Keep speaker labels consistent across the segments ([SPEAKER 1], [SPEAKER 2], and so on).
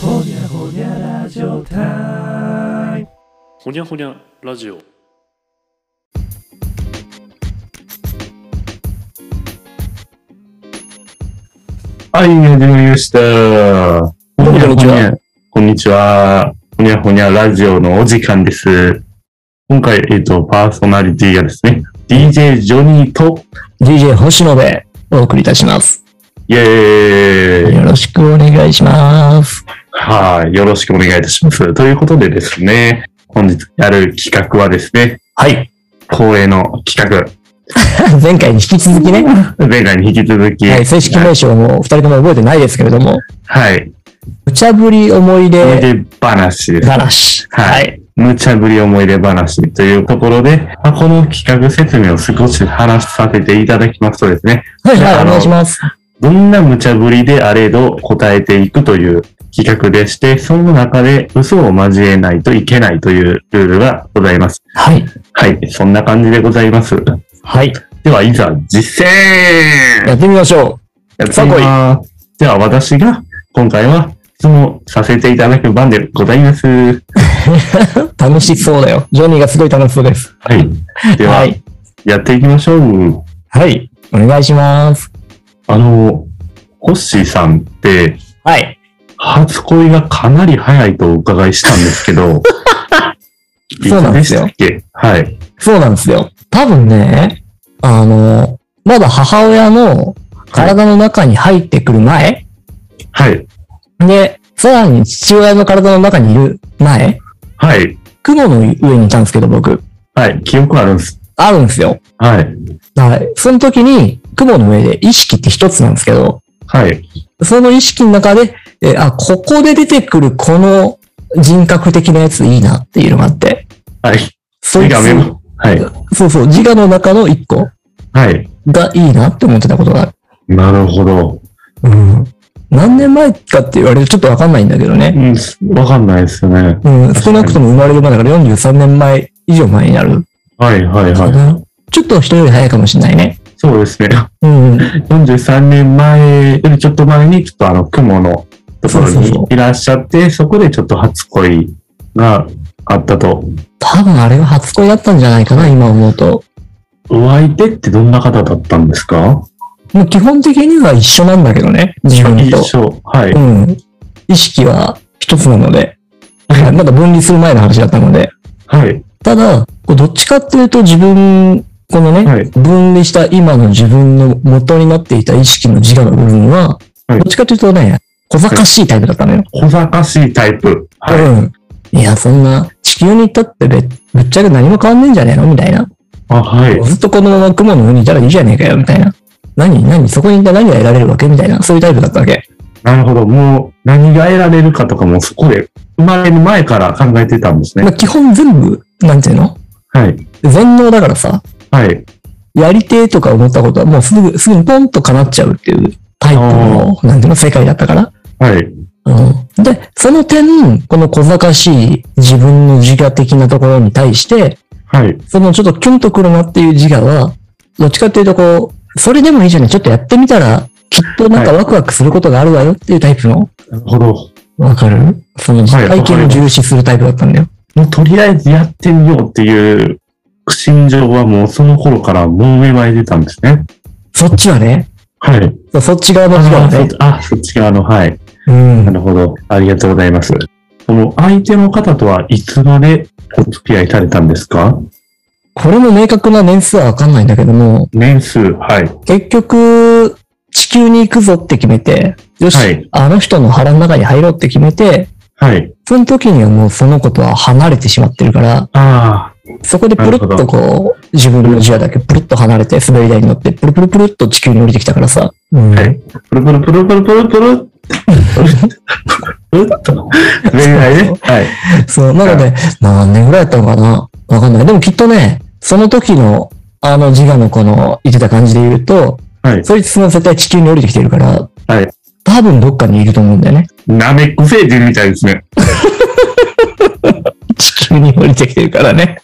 [SPEAKER 1] ほにゃラジオタイム
[SPEAKER 2] ほにゃほにゃラジオ
[SPEAKER 3] はい、始まりました。こ
[SPEAKER 4] んにちは。
[SPEAKER 3] こんにちは。ほにゃほにゃラジオのお時間です。今回、えっ、と、パーソナリティがですね、DJ ジョニーと、
[SPEAKER 4] DJ 星野でお送りいたします。
[SPEAKER 3] イェーイ
[SPEAKER 4] よろしくお願いします。
[SPEAKER 3] はい、よろしくお願いいたします。ということでですね、本日やる企画はですね、はい、恒例の企
[SPEAKER 4] 前回に引き続きね、は
[SPEAKER 3] 画、前回に引き続き、
[SPEAKER 4] い、正式名称も二人とも覚えてないですけれども、
[SPEAKER 3] はい、
[SPEAKER 4] 無茶ぶり思
[SPEAKER 3] 思
[SPEAKER 4] い
[SPEAKER 3] い
[SPEAKER 4] 出
[SPEAKER 3] 出話です。
[SPEAKER 4] 話。
[SPEAKER 3] は
[SPEAKER 4] はい。
[SPEAKER 3] い。無茶ぶり思い出話というところで、まあこの企画説明を少し話させていただきますとですね、
[SPEAKER 4] はい、
[SPEAKER 3] じゃあ
[SPEAKER 4] は
[SPEAKER 3] あ
[SPEAKER 4] い、お
[SPEAKER 3] の
[SPEAKER 4] 願いします。
[SPEAKER 3] どんな無茶ぶりであれど答えていくという企画でして、その中で嘘を交えないといけないというルールがございます。
[SPEAKER 4] はい。
[SPEAKER 3] はい。そんな感じでございます。
[SPEAKER 4] はい。
[SPEAKER 3] では、いざ実践
[SPEAKER 4] やってみましょ
[SPEAKER 3] やってみます。では、私が今回は質問させていただく番でございます。
[SPEAKER 4] う。楽しそうだよ。ジョニーがすごい楽しそうです。
[SPEAKER 3] はい。では、
[SPEAKER 4] はい。
[SPEAKER 3] やっていきましょう。
[SPEAKER 4] はい。お願いします。
[SPEAKER 3] あの、ホッシーさんって、
[SPEAKER 4] はい。
[SPEAKER 3] 初恋がかなり早いとお伺いしたんですけ ど、
[SPEAKER 4] そうなんですよ
[SPEAKER 3] いつでしたっけはい。
[SPEAKER 4] そうなんですよ。多分ね、あの、まだ母親の体の中に入ってくる前、
[SPEAKER 3] はい。
[SPEAKER 4] で、さらに父親の体の中にいる前、
[SPEAKER 3] はい。
[SPEAKER 4] 雲の上にいたんですけど、僕。
[SPEAKER 3] はい。記憶あるんです。
[SPEAKER 4] あるんですよ。
[SPEAKER 3] はい。
[SPEAKER 4] だからその時に、雲の上で意識って一つなんですけど、
[SPEAKER 3] はい。
[SPEAKER 4] その意識の中で、えーあ、ここで出てくるこの人格的なやついいなっていうのがあって。
[SPEAKER 3] はい。
[SPEAKER 4] そい
[SPEAKER 3] 自我メ
[SPEAKER 4] つ、
[SPEAKER 3] モはい。
[SPEAKER 4] そうそう、自我の中の一個
[SPEAKER 3] はい。
[SPEAKER 4] がいいなって思ってたことがある。
[SPEAKER 3] なるほど。
[SPEAKER 4] うん。何年前かって言われるとちょっとわかんないんだけどね
[SPEAKER 3] う。ん、わかんないですよね。
[SPEAKER 4] うん、少なくとも生まれる前だから43年前以上前になる
[SPEAKER 3] はい、はい、
[SPEAKER 4] か
[SPEAKER 3] は
[SPEAKER 4] な。ちょっと人より早いかもしれないね。
[SPEAKER 3] い。そうですね。
[SPEAKER 4] うん。
[SPEAKER 3] 43年前よりちょっと前に、ちょっとあの、雲のところ
[SPEAKER 4] そうそうそ
[SPEAKER 3] にいらっしゃって、そこでちょっと初恋があったと
[SPEAKER 4] 多分あれは初恋だったんじゃないかな、今思うと。
[SPEAKER 3] お相手ってどんな方だったんですか
[SPEAKER 4] もう基本的には一緒なんだけどね、自分
[SPEAKER 3] 一
[SPEAKER 4] と。
[SPEAKER 3] 緒。はい。
[SPEAKER 4] うん。意識は一つなので。まだ分離する前の話だったので。
[SPEAKER 3] はい。
[SPEAKER 4] ただ、こうどっちかっていうと自分、このね、
[SPEAKER 3] はい
[SPEAKER 4] 分離した今の自分の元になっていた意識の自我の部分は、
[SPEAKER 3] はい
[SPEAKER 4] どっちかというとね、小賢しいタイプだったのよ。
[SPEAKER 3] 小賢しいタイプ。はい。
[SPEAKER 4] うん。いや、そんな、地球に行ったってべぶっちゃけ何も変わんねえんじゃねえのみたいな。
[SPEAKER 3] あ、はい。
[SPEAKER 4] ずっとこのまま雲の上にいたらいいじゃねえかよ、みたいな。何何そこにいたら何が得られるわけみたいな。そういうタイプだったわけ。
[SPEAKER 3] なるほど。もう、何が得られるかとかもそこで、生まれる前から考えてたんです
[SPEAKER 4] ま
[SPEAKER 3] ね
[SPEAKER 4] あ、。基本全部、なんていうの
[SPEAKER 3] はい。
[SPEAKER 4] 全能だからさ、
[SPEAKER 3] はい。
[SPEAKER 4] やりてえとか思ったことはもうすぐ、すぐにポンと叶っちゃうっていうタイプの、なんていうの世界だったから。
[SPEAKER 3] はい。
[SPEAKER 4] うん。で、その点、この小賢しい自分の自我的なところに対して、
[SPEAKER 3] はい。
[SPEAKER 4] そのちょっとキュンとくるなっていう自我は、どっちかっていうとこう、それでもいいじゃん、ちょっとやってみたら、きっとなんかワクワクすることがあるわよっていうタイプの、
[SPEAKER 3] なるほど。
[SPEAKER 4] わかるその実
[SPEAKER 3] はい
[SPEAKER 4] 体験を重視するタイプだったんだよ。
[SPEAKER 3] もう、とりあえずやってみようっていう、心情はもうその頃からもう芽生えてたんですね。
[SPEAKER 4] そっちはね、
[SPEAKER 3] はい。
[SPEAKER 4] そそっち側の自我
[SPEAKER 3] あ
[SPEAKER 4] はね。
[SPEAKER 3] あ、そっち側の、はい。
[SPEAKER 4] うん
[SPEAKER 3] な。るほど。ありがとうございます。その相手の方とはいつまでお付き合いされたんですか
[SPEAKER 4] これも明確な年数はわかんないんだけども、
[SPEAKER 3] 年数。はい。
[SPEAKER 4] 結局、地球に行くぞって決めて、よし、
[SPEAKER 3] はい
[SPEAKER 4] あの人の腹の中に入ろうって決めて、
[SPEAKER 3] はい。
[SPEAKER 4] その時にはもうその子とは離れてしまってるから、
[SPEAKER 3] あ
[SPEAKER 4] そこでプルッとこう、自分の自我だけプルッと離れて滑り台に乗って、プルプルプルっと地球に降りてきたからさ。うん
[SPEAKER 3] はいあ。プルプルプルプルプルプル。プルっと。恋愛ね。はい。
[SPEAKER 4] そう、なので、何年ぐらいやったのかなわかんない。でもきっとね、その時の、あの自我のこの、言ってた感じで言うと、
[SPEAKER 3] はい。
[SPEAKER 4] そいつも絶対地球に降りてきてるから、
[SPEAKER 3] はい。
[SPEAKER 4] 多分どっかにいると思うんだよね。
[SPEAKER 3] ナメック星人みたいですね。
[SPEAKER 4] 地球に降りてきてるからね。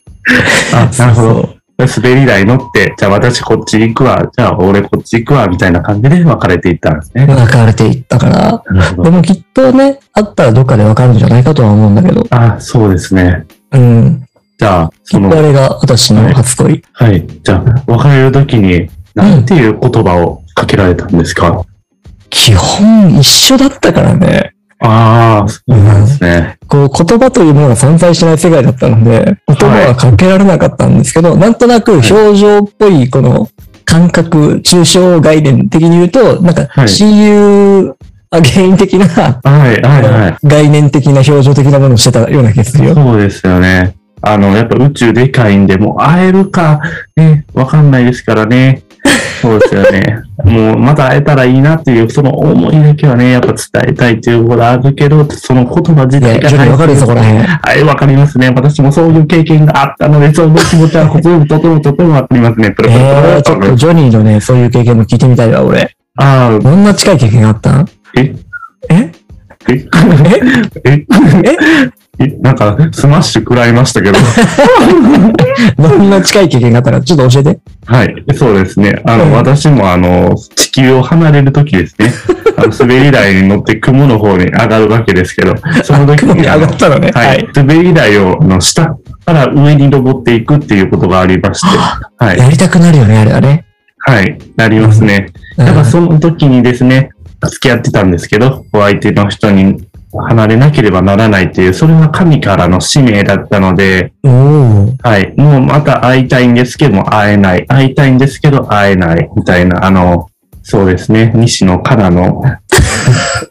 [SPEAKER 3] あ、なるほ
[SPEAKER 4] そ
[SPEAKER 3] ど。
[SPEAKER 4] う
[SPEAKER 3] 滑り台乗って、じゃあ私こっち行くわ、じゃあ俺こっち行くわ、みたいな感じで分かれていったんですね。
[SPEAKER 4] 分かれていったから、
[SPEAKER 3] なるほ
[SPEAKER 4] で
[SPEAKER 3] ど。
[SPEAKER 4] もきっとね、あったらどっかで分かるんじゃないかとは思うんだけど、
[SPEAKER 3] あ、そうですね。
[SPEAKER 4] うん。
[SPEAKER 3] じゃあ、
[SPEAKER 4] きっ
[SPEAKER 3] その
[SPEAKER 4] とあ、れが私の初恋。
[SPEAKER 3] はい。じゃあ、別れるときに、なんていう言葉をかけられたんですか、
[SPEAKER 4] 基本一緒だったからね。
[SPEAKER 3] ああ、そうなんですね。
[SPEAKER 4] こう言葉というものが存在しない世界だったので、言葉はかけられなかったんですけど、なんとなく表情っぽいこの感覚、抽象概念的に言うと、なんか
[SPEAKER 3] はい
[SPEAKER 4] See you again 的な、
[SPEAKER 3] はい、はい、はい。
[SPEAKER 4] 概念的な表情的なものをしてたような気がするよ。
[SPEAKER 3] そうですよね。あの、やっぱ宇宙でかいんで、もう会えるか、ね、わかんないですからね。そうですよね。 もうまた会えたらいいなっていう、その思いだけはね、やっぱ伝えたいっていうことはあるけど、その言葉自
[SPEAKER 4] いや、
[SPEAKER 3] 体が
[SPEAKER 4] ちょっとわかるよ、そ こら辺。
[SPEAKER 3] はい、わかりますね。私もそういう経験があったので、そういう気持ちはとてもとてもとてもわかりますね。プロプロプロ
[SPEAKER 4] えー、
[SPEAKER 3] プ
[SPEAKER 4] ち
[SPEAKER 3] ロ
[SPEAKER 4] ょ
[SPEAKER 3] プ
[SPEAKER 4] っ
[SPEAKER 3] ロ
[SPEAKER 4] とジョニーのね、そういう経験も聞いてみたいわ、俺。
[SPEAKER 3] ああ、
[SPEAKER 4] どんな近い経験があったん
[SPEAKER 3] え
[SPEAKER 4] え
[SPEAKER 3] え
[SPEAKER 4] え
[SPEAKER 3] ええなんか、スマッシュ食らいました けど。
[SPEAKER 4] どんな近い経験があったか、ちょっと教えて。
[SPEAKER 3] はい、そうですね。あの、
[SPEAKER 4] うん
[SPEAKER 3] 私もあの、地球を離れるときです ね。あの、滑り台に乗って雲の方に上がるわけですけど、その時
[SPEAKER 4] 雲に
[SPEAKER 3] に
[SPEAKER 4] 上
[SPEAKER 3] あの
[SPEAKER 4] がったのね。
[SPEAKER 3] はい、。滑り台をあの下から上に登っていくっていうことがありまして、はい、
[SPEAKER 4] やりたくなるよね、あれはね。
[SPEAKER 3] はい、なりますね。
[SPEAKER 4] うん
[SPEAKER 3] だからその時にですね、付き合ってたんですけど、お相手の人に離れなければならないっていう、それは神からの使命だったので、
[SPEAKER 4] おー
[SPEAKER 3] はい。もうまた会いたいんですけども、会えない。会いたいんですけど、会えない。みたいな、あの、そうですね。西野カナの、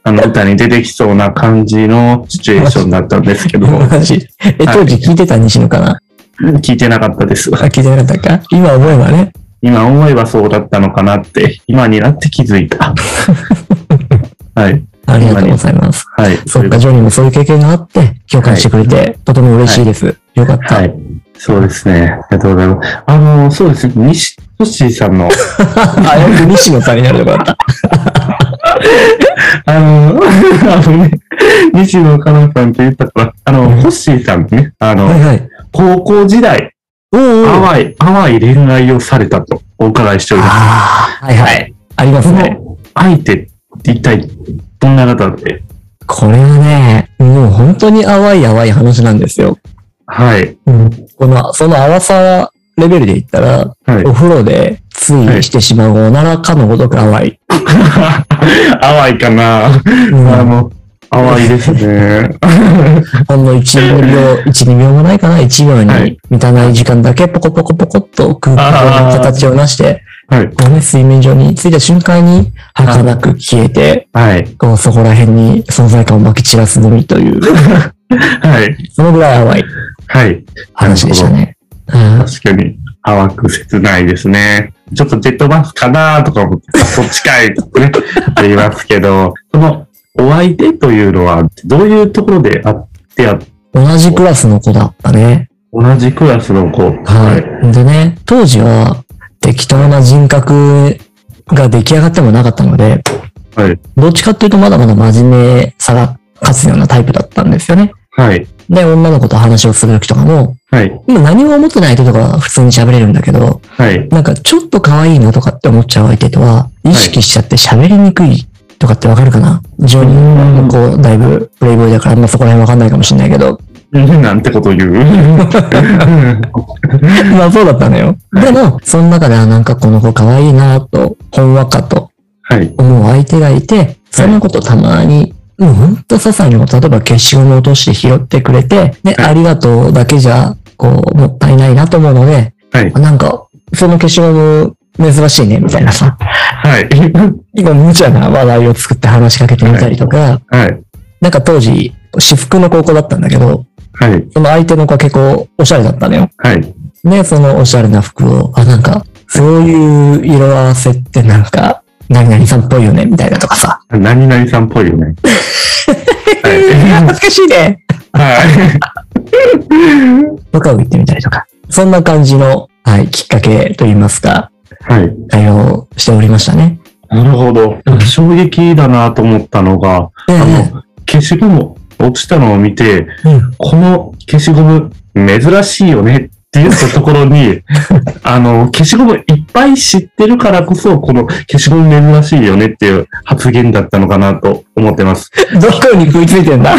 [SPEAKER 3] あの歌に出てきそうな感じのシチュエーションだったんです けども、
[SPEAKER 4] マジえ、当時聞いてた西野かな
[SPEAKER 3] 聞いてなかったです。
[SPEAKER 4] あ、聞いてなかったか今思えばね。
[SPEAKER 3] 今思えばそうだったのかなって、今になって気づい た。はい。
[SPEAKER 4] ありがとうございます。
[SPEAKER 3] はい。
[SPEAKER 4] そっか、ジョニーもそういう経験があって、共感してくれて、とても嬉しいです。よかった。
[SPEAKER 3] はい。そうですね。ありがとうございます。あの、そうですね。西俊さんの、
[SPEAKER 4] あ、よく西野さんになるとこだった。
[SPEAKER 3] あの、 あのね、西野カナさんって言ったから、あの、ホッシーさんね、あ
[SPEAKER 4] は
[SPEAKER 3] の
[SPEAKER 4] い、はい。
[SPEAKER 3] 高校時代、
[SPEAKER 4] おーおー
[SPEAKER 3] 淡い、淡い恋愛をされたとお伺いしております。
[SPEAKER 4] ああ、はいはい。ありま
[SPEAKER 3] そ
[SPEAKER 4] すね。
[SPEAKER 3] の相手って一体どんな方で、
[SPEAKER 4] これはね、もう本当に淡い淡い話なんですよ。
[SPEAKER 3] はい、
[SPEAKER 4] この、その淡さレベルで言ったら、
[SPEAKER 3] はい
[SPEAKER 4] お。風呂でついしてしまうおならかのごとく淡い。
[SPEAKER 3] 淡いかな、
[SPEAKER 4] うん
[SPEAKER 3] あの、淡いです ね。
[SPEAKER 4] ほんの1、2秒、一二秒もないかな ?1 秒
[SPEAKER 3] は
[SPEAKER 4] に
[SPEAKER 3] い
[SPEAKER 4] 満たない時間だけポコポコポコっと空間の形をなして、
[SPEAKER 3] はい、
[SPEAKER 4] こうね、水面上に着いた瞬間に儚く消えて、
[SPEAKER 3] はい、
[SPEAKER 4] こうそこら辺に存在感をまき散らすのみという、
[SPEAKER 3] はい、
[SPEAKER 4] そのぐらい淡い
[SPEAKER 3] はい。
[SPEAKER 4] 話でしたね。うん
[SPEAKER 3] 確かに、淡く切ないですね。ちょっとジェットバスかなとか思って、あそっちかいとかね、ありますけど、その、お相手というのは、どういうところであってあ、
[SPEAKER 4] 同じクラスの子だったね。
[SPEAKER 3] 同じクラスの子。
[SPEAKER 4] はい。でね、当時は適当な人格が出来上がってもなかったので、
[SPEAKER 3] はい。
[SPEAKER 4] どっちかっていうとまだまだ真面目さが勝つようなタイプだったんですよね。
[SPEAKER 3] はい。
[SPEAKER 4] で、女の子と話をするときとかも、
[SPEAKER 3] はい。
[SPEAKER 4] 今何も思ってない人とかは普通に喋れるんだけど、
[SPEAKER 3] はい。
[SPEAKER 4] なんかちょっと可愛いなとかって思っちゃう相手とは、意識しちゃって喋りにくいとかってわかるかなジョニーの子、だいぶプレイボーイだから、まあそこら辺わかんないかもしれないけど、
[SPEAKER 3] なんてこと言う。
[SPEAKER 4] まあそうだったのよ。でも、その中ではなんかこの子可愛いなと、ほんわかと
[SPEAKER 3] はい。
[SPEAKER 4] 思う相手がいて、そのことたまに、もうほんと些細なこと、例えば消しゴム落として拾ってくれて、で、
[SPEAKER 3] はい
[SPEAKER 4] ありがとうだけじゃ、こう、もったいないなと思うので、
[SPEAKER 3] はい。
[SPEAKER 4] あなんか、その消しゴム、珍しいね、みたいなさ。
[SPEAKER 3] はい。
[SPEAKER 4] 今、無茶な話題を作って話しかけてみたりとか、
[SPEAKER 3] はい。
[SPEAKER 4] なんか当時、私服の高校だったんだけど、
[SPEAKER 3] はい。
[SPEAKER 4] その相手の子は結構おしゃれだったのよ。
[SPEAKER 3] はい。
[SPEAKER 4] ね、そのおしゃれな服を、あ、なんか、そういう色合わせってなんか、何々さんっぽいよね、みたいなとかさ。
[SPEAKER 3] 何々さんっぽいよね。は
[SPEAKER 4] 懐 かしいね。
[SPEAKER 3] い。はい。
[SPEAKER 4] とかを言ってみたりとか。そんな感じの、はい、きっかけといいますか、
[SPEAKER 3] はい。
[SPEAKER 4] 対応しておりましたね。
[SPEAKER 3] なるほど。衝撃だなと思ったのが、
[SPEAKER 4] え
[SPEAKER 3] あ
[SPEAKER 4] え
[SPEAKER 3] の、消しゴム落ちたのを見て、
[SPEAKER 4] うん
[SPEAKER 3] この消しゴム珍しいよねってって言ったところに、あの、消しゴムいっぱい知ってるからこそ、この消しゴム珍しいよねっていう発言だったのかなと思ってます。
[SPEAKER 4] どこに食いついてんだ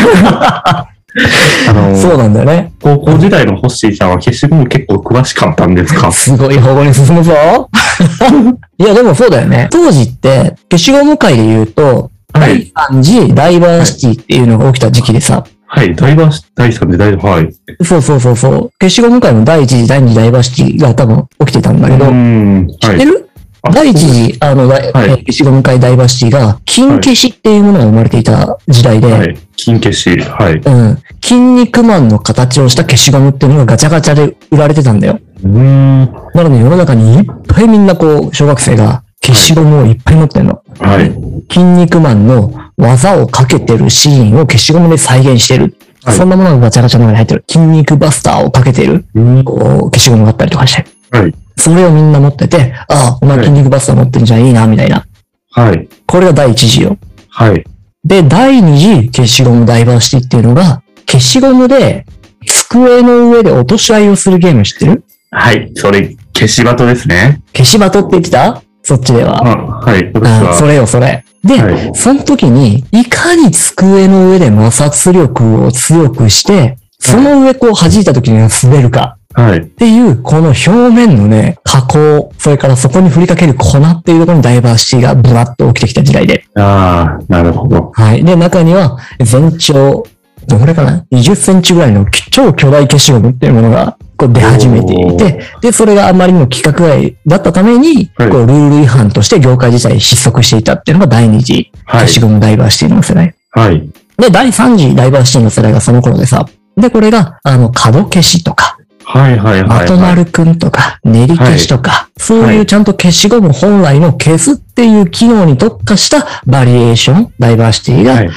[SPEAKER 3] あの、
[SPEAKER 4] そうなんだよね。
[SPEAKER 3] 高校時代のホッシーさんは消しゴム結構詳しかったんですか
[SPEAKER 4] すごい方向に進むぞ。 いや、でもそうだよね。当時って、消しゴム界で言うと、
[SPEAKER 3] はい。
[SPEAKER 4] 第3次ダイバーシティっていうのが起きた時期でさ、
[SPEAKER 3] はい。ダイバーシティさんで大丈夫。はい。
[SPEAKER 4] そうそうそうそう、消しゴム界の第1次、第2次ダイバーシティが多分起きてたんだけど、
[SPEAKER 3] うん。
[SPEAKER 4] 知
[SPEAKER 3] は
[SPEAKER 4] って
[SPEAKER 3] い。
[SPEAKER 4] る、
[SPEAKER 3] あ
[SPEAKER 4] 第1次、あの、だいえ
[SPEAKER 3] はい
[SPEAKER 4] ー消しゴム界ダイバーシティが、金消しっていうものが生まれていた時代で、
[SPEAKER 3] はい。金消し。はい。
[SPEAKER 4] うん、筋肉マンの形をした消しゴムっていうのがガチャガチャで売られてたんだよ。
[SPEAKER 3] うん。は
[SPEAKER 4] なので世の中にいっぱいみんなこう、小学生が消しゴムをいっぱい持ってるの。
[SPEAKER 3] い。
[SPEAKER 4] 筋肉マンの技をかけてるシーンを消しゴムで再現してる。
[SPEAKER 3] はい
[SPEAKER 4] そんなものがガチャガチャの中に入ってる。筋肉バスターをかけてる。
[SPEAKER 3] うん
[SPEAKER 4] こう消しゴムがあったりとかして。
[SPEAKER 3] はい。
[SPEAKER 4] それをみんな持ってて、ああ、お前
[SPEAKER 3] はい
[SPEAKER 4] 筋肉バスター持ってるじゃん、いいな、みたいな。
[SPEAKER 3] はい。
[SPEAKER 4] これが第一次よ。
[SPEAKER 3] はい。
[SPEAKER 4] で、第二次消しゴムダイバーシティっていうのが、消しゴムで机の上で落とし合いをするゲーム知ってる
[SPEAKER 3] はい。それ、消しバトですね。
[SPEAKER 4] 消しバトって言ってたそっちでは。
[SPEAKER 3] あはい。私
[SPEAKER 4] あそ
[SPEAKER 3] は。
[SPEAKER 4] れよ、それ。で、
[SPEAKER 3] はい
[SPEAKER 4] その時に、いかに机の上で摩擦力を強くして、その上こう弾いた時に滑るか。
[SPEAKER 3] はい。
[SPEAKER 4] っていう、この表面のね、加工、それからそこに振りかける粉っていうところにダイバーシティがブワッと起きてきた時代で。
[SPEAKER 3] ああ、なるほど。
[SPEAKER 4] はい。で、中には、全長、どれかな ?20 センチぐらいの超巨大消しゴムっていうものが、こう出始めていて、で、それがあまりにも規格外だったために、
[SPEAKER 3] はい
[SPEAKER 4] こうルール違反として業界自体失速していたっていうのが第二次
[SPEAKER 3] は
[SPEAKER 4] 消
[SPEAKER 3] い
[SPEAKER 4] し。ゴムダイバーシティの世代。
[SPEAKER 3] はい。
[SPEAKER 4] で、第3次ダイバーシティの世代がその頃でさ、で、これが、あの、角消しとか、
[SPEAKER 3] はいはいは
[SPEAKER 4] ま
[SPEAKER 3] い。
[SPEAKER 4] とまるくんとか、練り消しとか、そういうちゃんと消しゴム本来の消すっていう機能に特化したバリエーション、ダイバーシティ
[SPEAKER 3] は
[SPEAKER 4] が
[SPEAKER 3] い。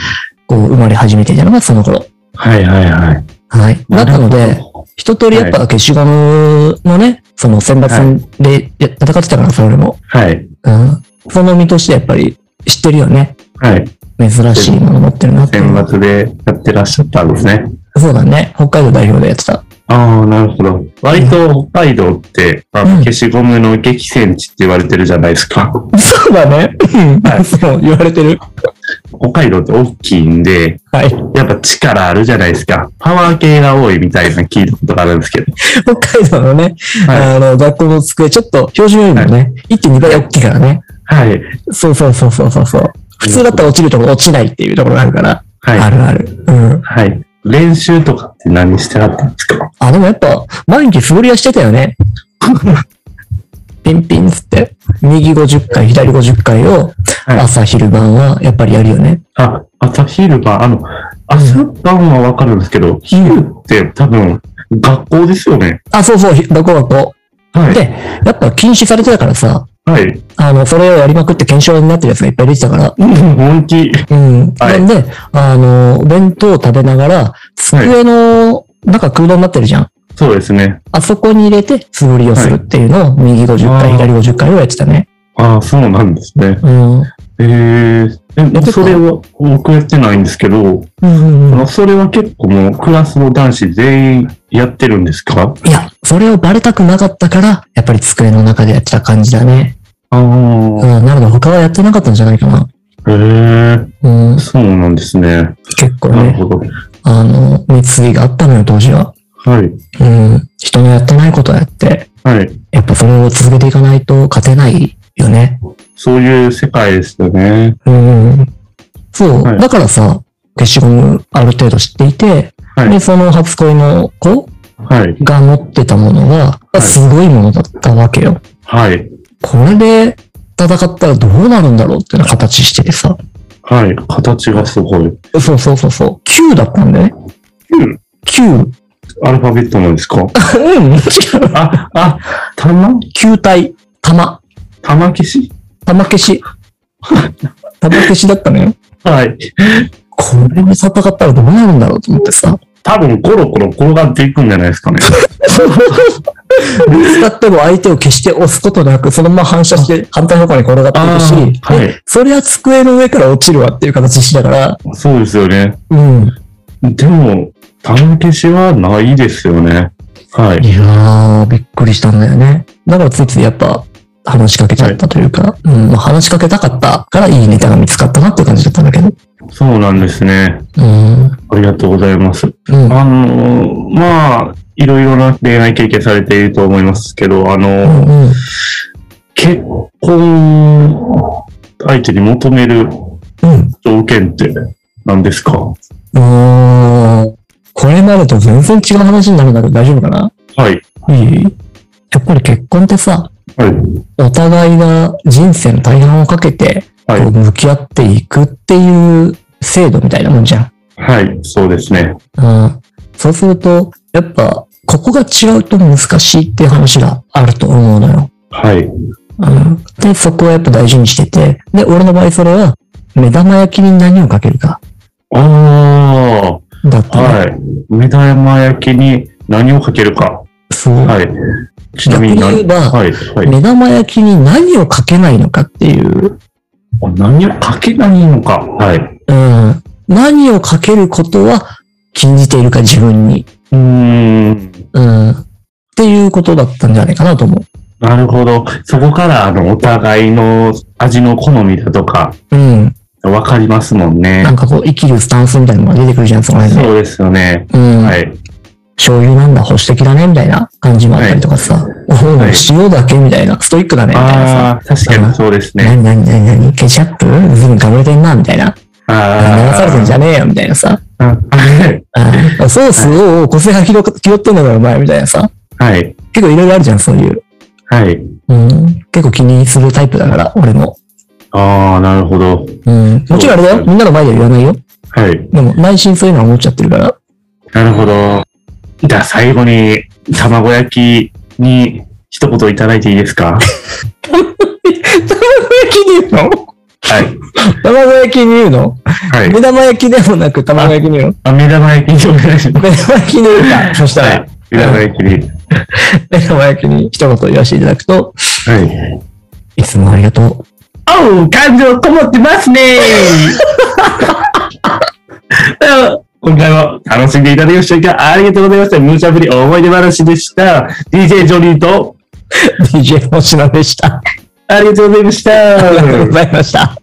[SPEAKER 4] こう生まれ始めていたのがその頃。
[SPEAKER 3] はいはいはい。
[SPEAKER 4] はい。だったの
[SPEAKER 3] なる
[SPEAKER 4] で、
[SPEAKER 3] ほ
[SPEAKER 4] 一通りやっぱ消しゴムのね、その選抜戦でや戦ってたからそれも。
[SPEAKER 3] どはい。
[SPEAKER 4] うん。その身としてやっぱり知ってるよね。
[SPEAKER 3] はい。
[SPEAKER 4] 珍しいもの持ってるなっていう
[SPEAKER 3] 選
[SPEAKER 4] のは。
[SPEAKER 3] 抜でやってらっしゃったんですね。
[SPEAKER 4] そうだね。北海道代表でやってた。
[SPEAKER 3] ああ、なるほど。割と北海道って、あ
[SPEAKER 4] うん
[SPEAKER 3] の消しゴムの激戦地って言われてるじゃないですか。
[SPEAKER 4] そうだね。
[SPEAKER 3] はい
[SPEAKER 4] そう、言われてる。
[SPEAKER 3] 北海道って大きいんで、
[SPEAKER 4] はい。
[SPEAKER 3] やっぱ力あるじゃないですか。パワー系が多いみたいな聞いたことがあるんですけど。
[SPEAKER 4] 北海道のね、
[SPEAKER 3] はい。
[SPEAKER 4] あの、学校の机、ちょっと標準よりもね、1.2倍大きいからね。
[SPEAKER 3] はい。
[SPEAKER 4] そうそうそうそうそうそう。普通だったら落ちるところ落ちないっていうところがあるから。あ
[SPEAKER 3] はい。
[SPEAKER 4] るある。うん。
[SPEAKER 3] はい。練習とかって何してはったんですか
[SPEAKER 4] あ、でもやっぱ、毎日素振りはしてたよね。 ピンピンっつって、右50回、左50回を、
[SPEAKER 3] はい
[SPEAKER 4] 朝、昼晩はやっぱりやるよね。
[SPEAKER 3] あ、朝昼晩、あの、朝晩はわかるんですけど、昼って多分、学校ですよね。
[SPEAKER 4] あ、そうそう、ひ学校学校。
[SPEAKER 3] はい。
[SPEAKER 4] で、やっぱ禁止されてたからさ、
[SPEAKER 3] はい。
[SPEAKER 4] あの、それをやりまくって検証になってるやつがいっぱい出てたから、
[SPEAKER 3] うん、本気。
[SPEAKER 4] うん。
[SPEAKER 3] はい
[SPEAKER 4] なんで、あの、弁当を食べながら、机の中空洞になってるじゃん。
[SPEAKER 3] そうですね。
[SPEAKER 4] あそこに入れて素振りをするっていうのを、右50
[SPEAKER 3] あ
[SPEAKER 4] 回、
[SPEAKER 3] ー
[SPEAKER 4] 左50回をやってたね。
[SPEAKER 3] ああ、そうなんですね。
[SPEAKER 4] うん。うん
[SPEAKER 3] えー、
[SPEAKER 4] とか
[SPEAKER 3] え、それは、僕やってないんですけど、
[SPEAKER 4] うん
[SPEAKER 3] あ
[SPEAKER 4] うん。
[SPEAKER 3] のそれは結構もう、クラスの男子全員やってるんですか
[SPEAKER 4] いや、それをバレたくなかったから、やっぱり机の中でやってた感じだね。
[SPEAKER 3] あ
[SPEAKER 4] うん、
[SPEAKER 3] あ、
[SPEAKER 4] なので他はやってなかったんじゃないかな。
[SPEAKER 3] へえ、
[SPEAKER 4] うん、
[SPEAKER 3] そうなんですね。
[SPEAKER 4] 結構
[SPEAKER 3] なる
[SPEAKER 4] ね、
[SPEAKER 3] ほど。
[SPEAKER 4] あの、熱意があったのよ、当時は。
[SPEAKER 3] はい。
[SPEAKER 4] うん、人のやってないことをやって、
[SPEAKER 3] はい。
[SPEAKER 4] やっぱそれを続けていかないと勝てないよね。
[SPEAKER 3] そういう世界ですよね。
[SPEAKER 4] うん、そう、
[SPEAKER 3] はい
[SPEAKER 4] だからさ、消しゴムある程度知っていて、
[SPEAKER 3] はい
[SPEAKER 4] で、その初恋の子
[SPEAKER 3] はい。
[SPEAKER 4] が持ってたものは、
[SPEAKER 3] い
[SPEAKER 4] すごいものだったわけよ。
[SPEAKER 3] はい。
[SPEAKER 4] これで戦ったらどうなるんだろうっていうような形しててさ。
[SPEAKER 3] はい。形がすごい。
[SPEAKER 4] そうそうそうそう。9だったんだね。
[SPEAKER 3] うん。
[SPEAKER 4] 9。
[SPEAKER 3] アルファベットなんですか
[SPEAKER 4] うん、違う。
[SPEAKER 3] あ、あ、玉
[SPEAKER 4] 球体、玉、
[SPEAKER 3] 玉消し
[SPEAKER 4] 玉消し。 玉消しだったのよ。
[SPEAKER 3] はい。
[SPEAKER 4] これで戦ったらどうなるんだろうと思って さ。
[SPEAKER 3] 多分、コロコロ転がっていくんじゃないですかね。
[SPEAKER 4] ぶつかっても相手を決して押すことなく、そのまま反射して反対方向に転がっていくし、
[SPEAKER 3] あーはい
[SPEAKER 4] でそれは机の上から落ちるわっていう形してたから、
[SPEAKER 3] そうですよね。
[SPEAKER 4] うん。
[SPEAKER 3] でも、玉消しはないですよね。はい。
[SPEAKER 4] いやー、びっくりしたんだよね。だからついついやっぱ話しかけちゃったというか、うん、まあ話しかけたかったからいいネタが見つかったなっていう感じだったんだけど。
[SPEAKER 3] そうなんですね。
[SPEAKER 4] うん。
[SPEAKER 3] ありがとうございます。
[SPEAKER 4] うん。
[SPEAKER 3] あの、まあ、いろいろな恋愛経験されていると思いますけど、あ
[SPEAKER 4] う
[SPEAKER 3] の、
[SPEAKER 4] んうん。
[SPEAKER 3] 結婚相手に求める
[SPEAKER 4] うん。
[SPEAKER 3] 条件って何ですか
[SPEAKER 4] うーん。これまでと全然違う話になるんだけど大丈夫かな
[SPEAKER 3] はい。
[SPEAKER 4] いいやっぱり結婚ってさ、
[SPEAKER 3] はい。
[SPEAKER 4] お互いが人生の大半をかけて、こ
[SPEAKER 3] は
[SPEAKER 4] う
[SPEAKER 3] い。
[SPEAKER 4] 向き合っていくっていう制度みたいなもんじゃん。
[SPEAKER 3] はい。そうですね。
[SPEAKER 4] うんそうすると、やっぱ、ここが違うと難しいっていう話があると思うのよ。
[SPEAKER 3] はい。
[SPEAKER 4] うん、で、そこはやっぱ大事にしてて、で、俺の場合それは、目玉焼きに何をかけるか、
[SPEAKER 3] あ
[SPEAKER 4] だっ
[SPEAKER 3] あ、
[SPEAKER 4] たね
[SPEAKER 3] はい。目玉焼きに何をかけるか。
[SPEAKER 4] そう。
[SPEAKER 3] はい。ちなみに
[SPEAKER 4] 逆に言え
[SPEAKER 3] 何
[SPEAKER 4] ば
[SPEAKER 3] はい。はい。
[SPEAKER 4] 目玉焼きに何をかけないのかっていう、
[SPEAKER 3] 何をかけないのか。はい。
[SPEAKER 4] うん、何をかけることは禁じているか自分に、
[SPEAKER 3] うーん。
[SPEAKER 4] うん、っていうことだったんじゃないかなと思う。
[SPEAKER 3] なるほど。そこから、あの、お互いの味の好みだとか、
[SPEAKER 4] うん。
[SPEAKER 3] わかりますもんね
[SPEAKER 4] な。んかこう、生きるスタンスみたいなのが出てくるじゃん、その辺で。
[SPEAKER 3] そうですよね。
[SPEAKER 4] うん。
[SPEAKER 3] はい。
[SPEAKER 4] 醤油なんだ、保守的だね、みたいな感じもあったりとかさ、おう
[SPEAKER 3] はい
[SPEAKER 4] 塩だけみたいな、ストイックだね、みたいな
[SPEAKER 3] あ
[SPEAKER 4] さ、
[SPEAKER 3] あ、確かにそうですね。
[SPEAKER 4] 何、何、何、何、ケチャップずいぶんかぶれてんな、みたいな、流
[SPEAKER 3] ああ。
[SPEAKER 4] されてんじゃねえよ、みたいなさ、
[SPEAKER 3] はい
[SPEAKER 4] あソースを個性が拾拾ってんのがうまい、みたいなさ、
[SPEAKER 3] はい。
[SPEAKER 4] 結構いろいろあるじゃん、そういう。
[SPEAKER 3] はい。
[SPEAKER 4] うん、結構気にするタイプだから、俺も。
[SPEAKER 3] ああ、なるほど。
[SPEAKER 4] うん、もちろんあれだよ、みんなの前では言わないよ。
[SPEAKER 3] はい。
[SPEAKER 4] でも、内心そういうのは思っちゃってるから。
[SPEAKER 3] なるほど。じゃあ、最後に、卵焼きに一言いただいていいです か
[SPEAKER 4] 卵焼きに言うの
[SPEAKER 3] はい。
[SPEAKER 4] 卵焼きに言うの
[SPEAKER 3] はい。
[SPEAKER 4] 目玉焼きでもなく卵焼きに言うの
[SPEAKER 3] あ、目玉焼きにお願いします。
[SPEAKER 4] 目玉焼きに言うか、 そした
[SPEAKER 3] は
[SPEAKER 4] ら。
[SPEAKER 3] い。目玉焼きに。
[SPEAKER 4] 目玉焼きに一言言わせていただくと、
[SPEAKER 3] はい。
[SPEAKER 4] いつもありが と
[SPEAKER 3] おう、感情こもってますね今回も楽しんでいただきましたが、ありがとうございました。無茶ぶり思い出話でした。DJ ジョリーと、
[SPEAKER 4] う。DJ 星野でした。
[SPEAKER 3] ありがとうございまし
[SPEAKER 4] ありがと
[SPEAKER 3] た
[SPEAKER 4] うご。ざいました。